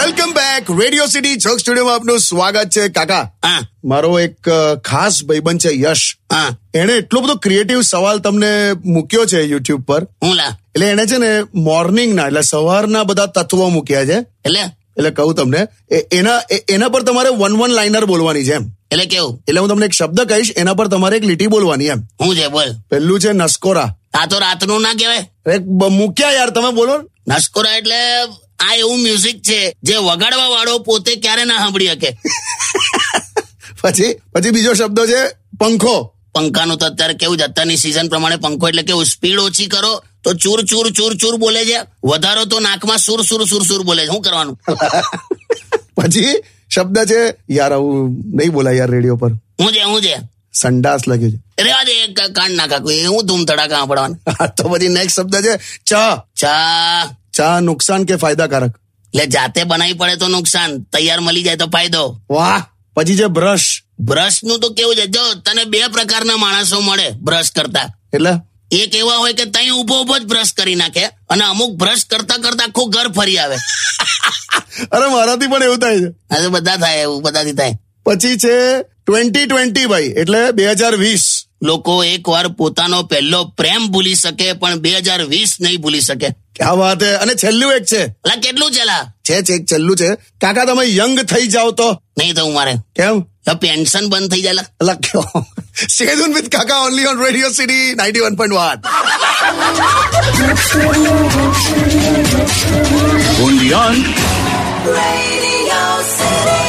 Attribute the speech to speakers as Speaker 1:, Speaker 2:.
Speaker 1: એક Radio City joke સ્ટુડિયોમાં આપનું સ્વાગત છે કાકા
Speaker 2: હા
Speaker 1: મારો એક અ, ખાસ ભાઈબંધ છે યશ
Speaker 2: હા
Speaker 1: એણે એટલો બધો ક્રિએટિવ સવાલ તમને મૂક્યો છે યુટ્યુબ પર
Speaker 2: હું લા
Speaker 1: એટલે એણે છે ને મોર્નિંગના એટલે સવારના બધા તત્વો મૂક્યા છે
Speaker 2: એટલે
Speaker 1: એટલે કહું તમને એ- એના એ- એના પર તમારે વન વન લાઇનર બોલવાની છે એમ
Speaker 2: એટલે કેવું
Speaker 1: એટલે હું તમને એક શબ્દ કહીશ એના પર તમારે એક લીટી બોલવાની એમ
Speaker 2: હું છે બોલ
Speaker 1: પહેલું છે નસકોરા
Speaker 2: આ તો રાતનું ના કહેવાય
Speaker 1: અરે બ- મૂક્યા યાર તમે બોલો ને.
Speaker 2: નસકોરા એટલે આ એવું મ્યુઝિક છે જે વગાડવા વાળો પોતે ક્યારે ના સાંભળી શકે
Speaker 1: પછી પછી બીજો શબ્દ છે પંખો
Speaker 2: પંખાનું તો અત્યારે કેવું છે અત્યારની સિઝન પ્રમાણે પંખો એટલે કેવું સ્પીડ ઓછી કરો તો ચૂર ચૂર ચૂર ચૂર બોલે છે વધારો તો નાકમાં સુર સુર સુર સુર બોલે છે શું કરવાનું
Speaker 1: પછી શબ્દ છે યાર આવું નહીં બોલાય યાર રેડિયો પર
Speaker 2: હું છે હું છે
Speaker 1: સંડાસ લખ્યું છે
Speaker 2: રેવા દે ક- કાન નાખા કોઈ હું ધૂમ ધડાકા સાંભળવાનું
Speaker 1: હા, તો પછી નેક્સ્ટ શબ્દ છે ચા
Speaker 2: ચા
Speaker 1: ચા નુકસાન કે ફાયદાકારક
Speaker 2: એટલે જાતે બનાવી પડે તો નુકસાન તૈયાર મળી જાય તો ફાયદો
Speaker 1: વાહ પછી છે બ્રશ
Speaker 2: બ્રશ નું તો કેવું છે જો તને બે પ્રકારના માણસો મળે બ્રશ કરતા
Speaker 1: એટલે
Speaker 2: એક એવા હોય કે તઈ ઉભો ઉભો જ બ્રશ કરી નાખે અને અમુક બ્રશ કરતા કરતા આખું ઘર ફરી આવે
Speaker 1: અરે મારાથી પણ એવું થાય છે
Speaker 2: આ તો બધા થાય એવું બધાથી થાય
Speaker 1: પછી છે ટ્વેન્ટી ટ્વેન્ટી ભાઈ એટલે બે હજાર વીસ
Speaker 2: લોકો એકવાર પોતાનો પહેલો પ્રેમ ભૂલી શકે પણ બે હજાર વીસ નહીં ભૂલી શકે
Speaker 1: ક્યાં વાત હે અને છેલ્લું એક છે
Speaker 2: અલા કેટલું છે લા
Speaker 1: છે છે એક છેલ્લું છે કાકા તમે યંગ થઈ જાઓ તો
Speaker 2: નહીં થવું મારે
Speaker 1: કેમ
Speaker 2: પેન્શન બંધ થઈ જાય લા.
Speaker 1: લખ્યો શેદુન વિથ કાકા only on Radio City ninety one point one
Speaker 3: Radio City.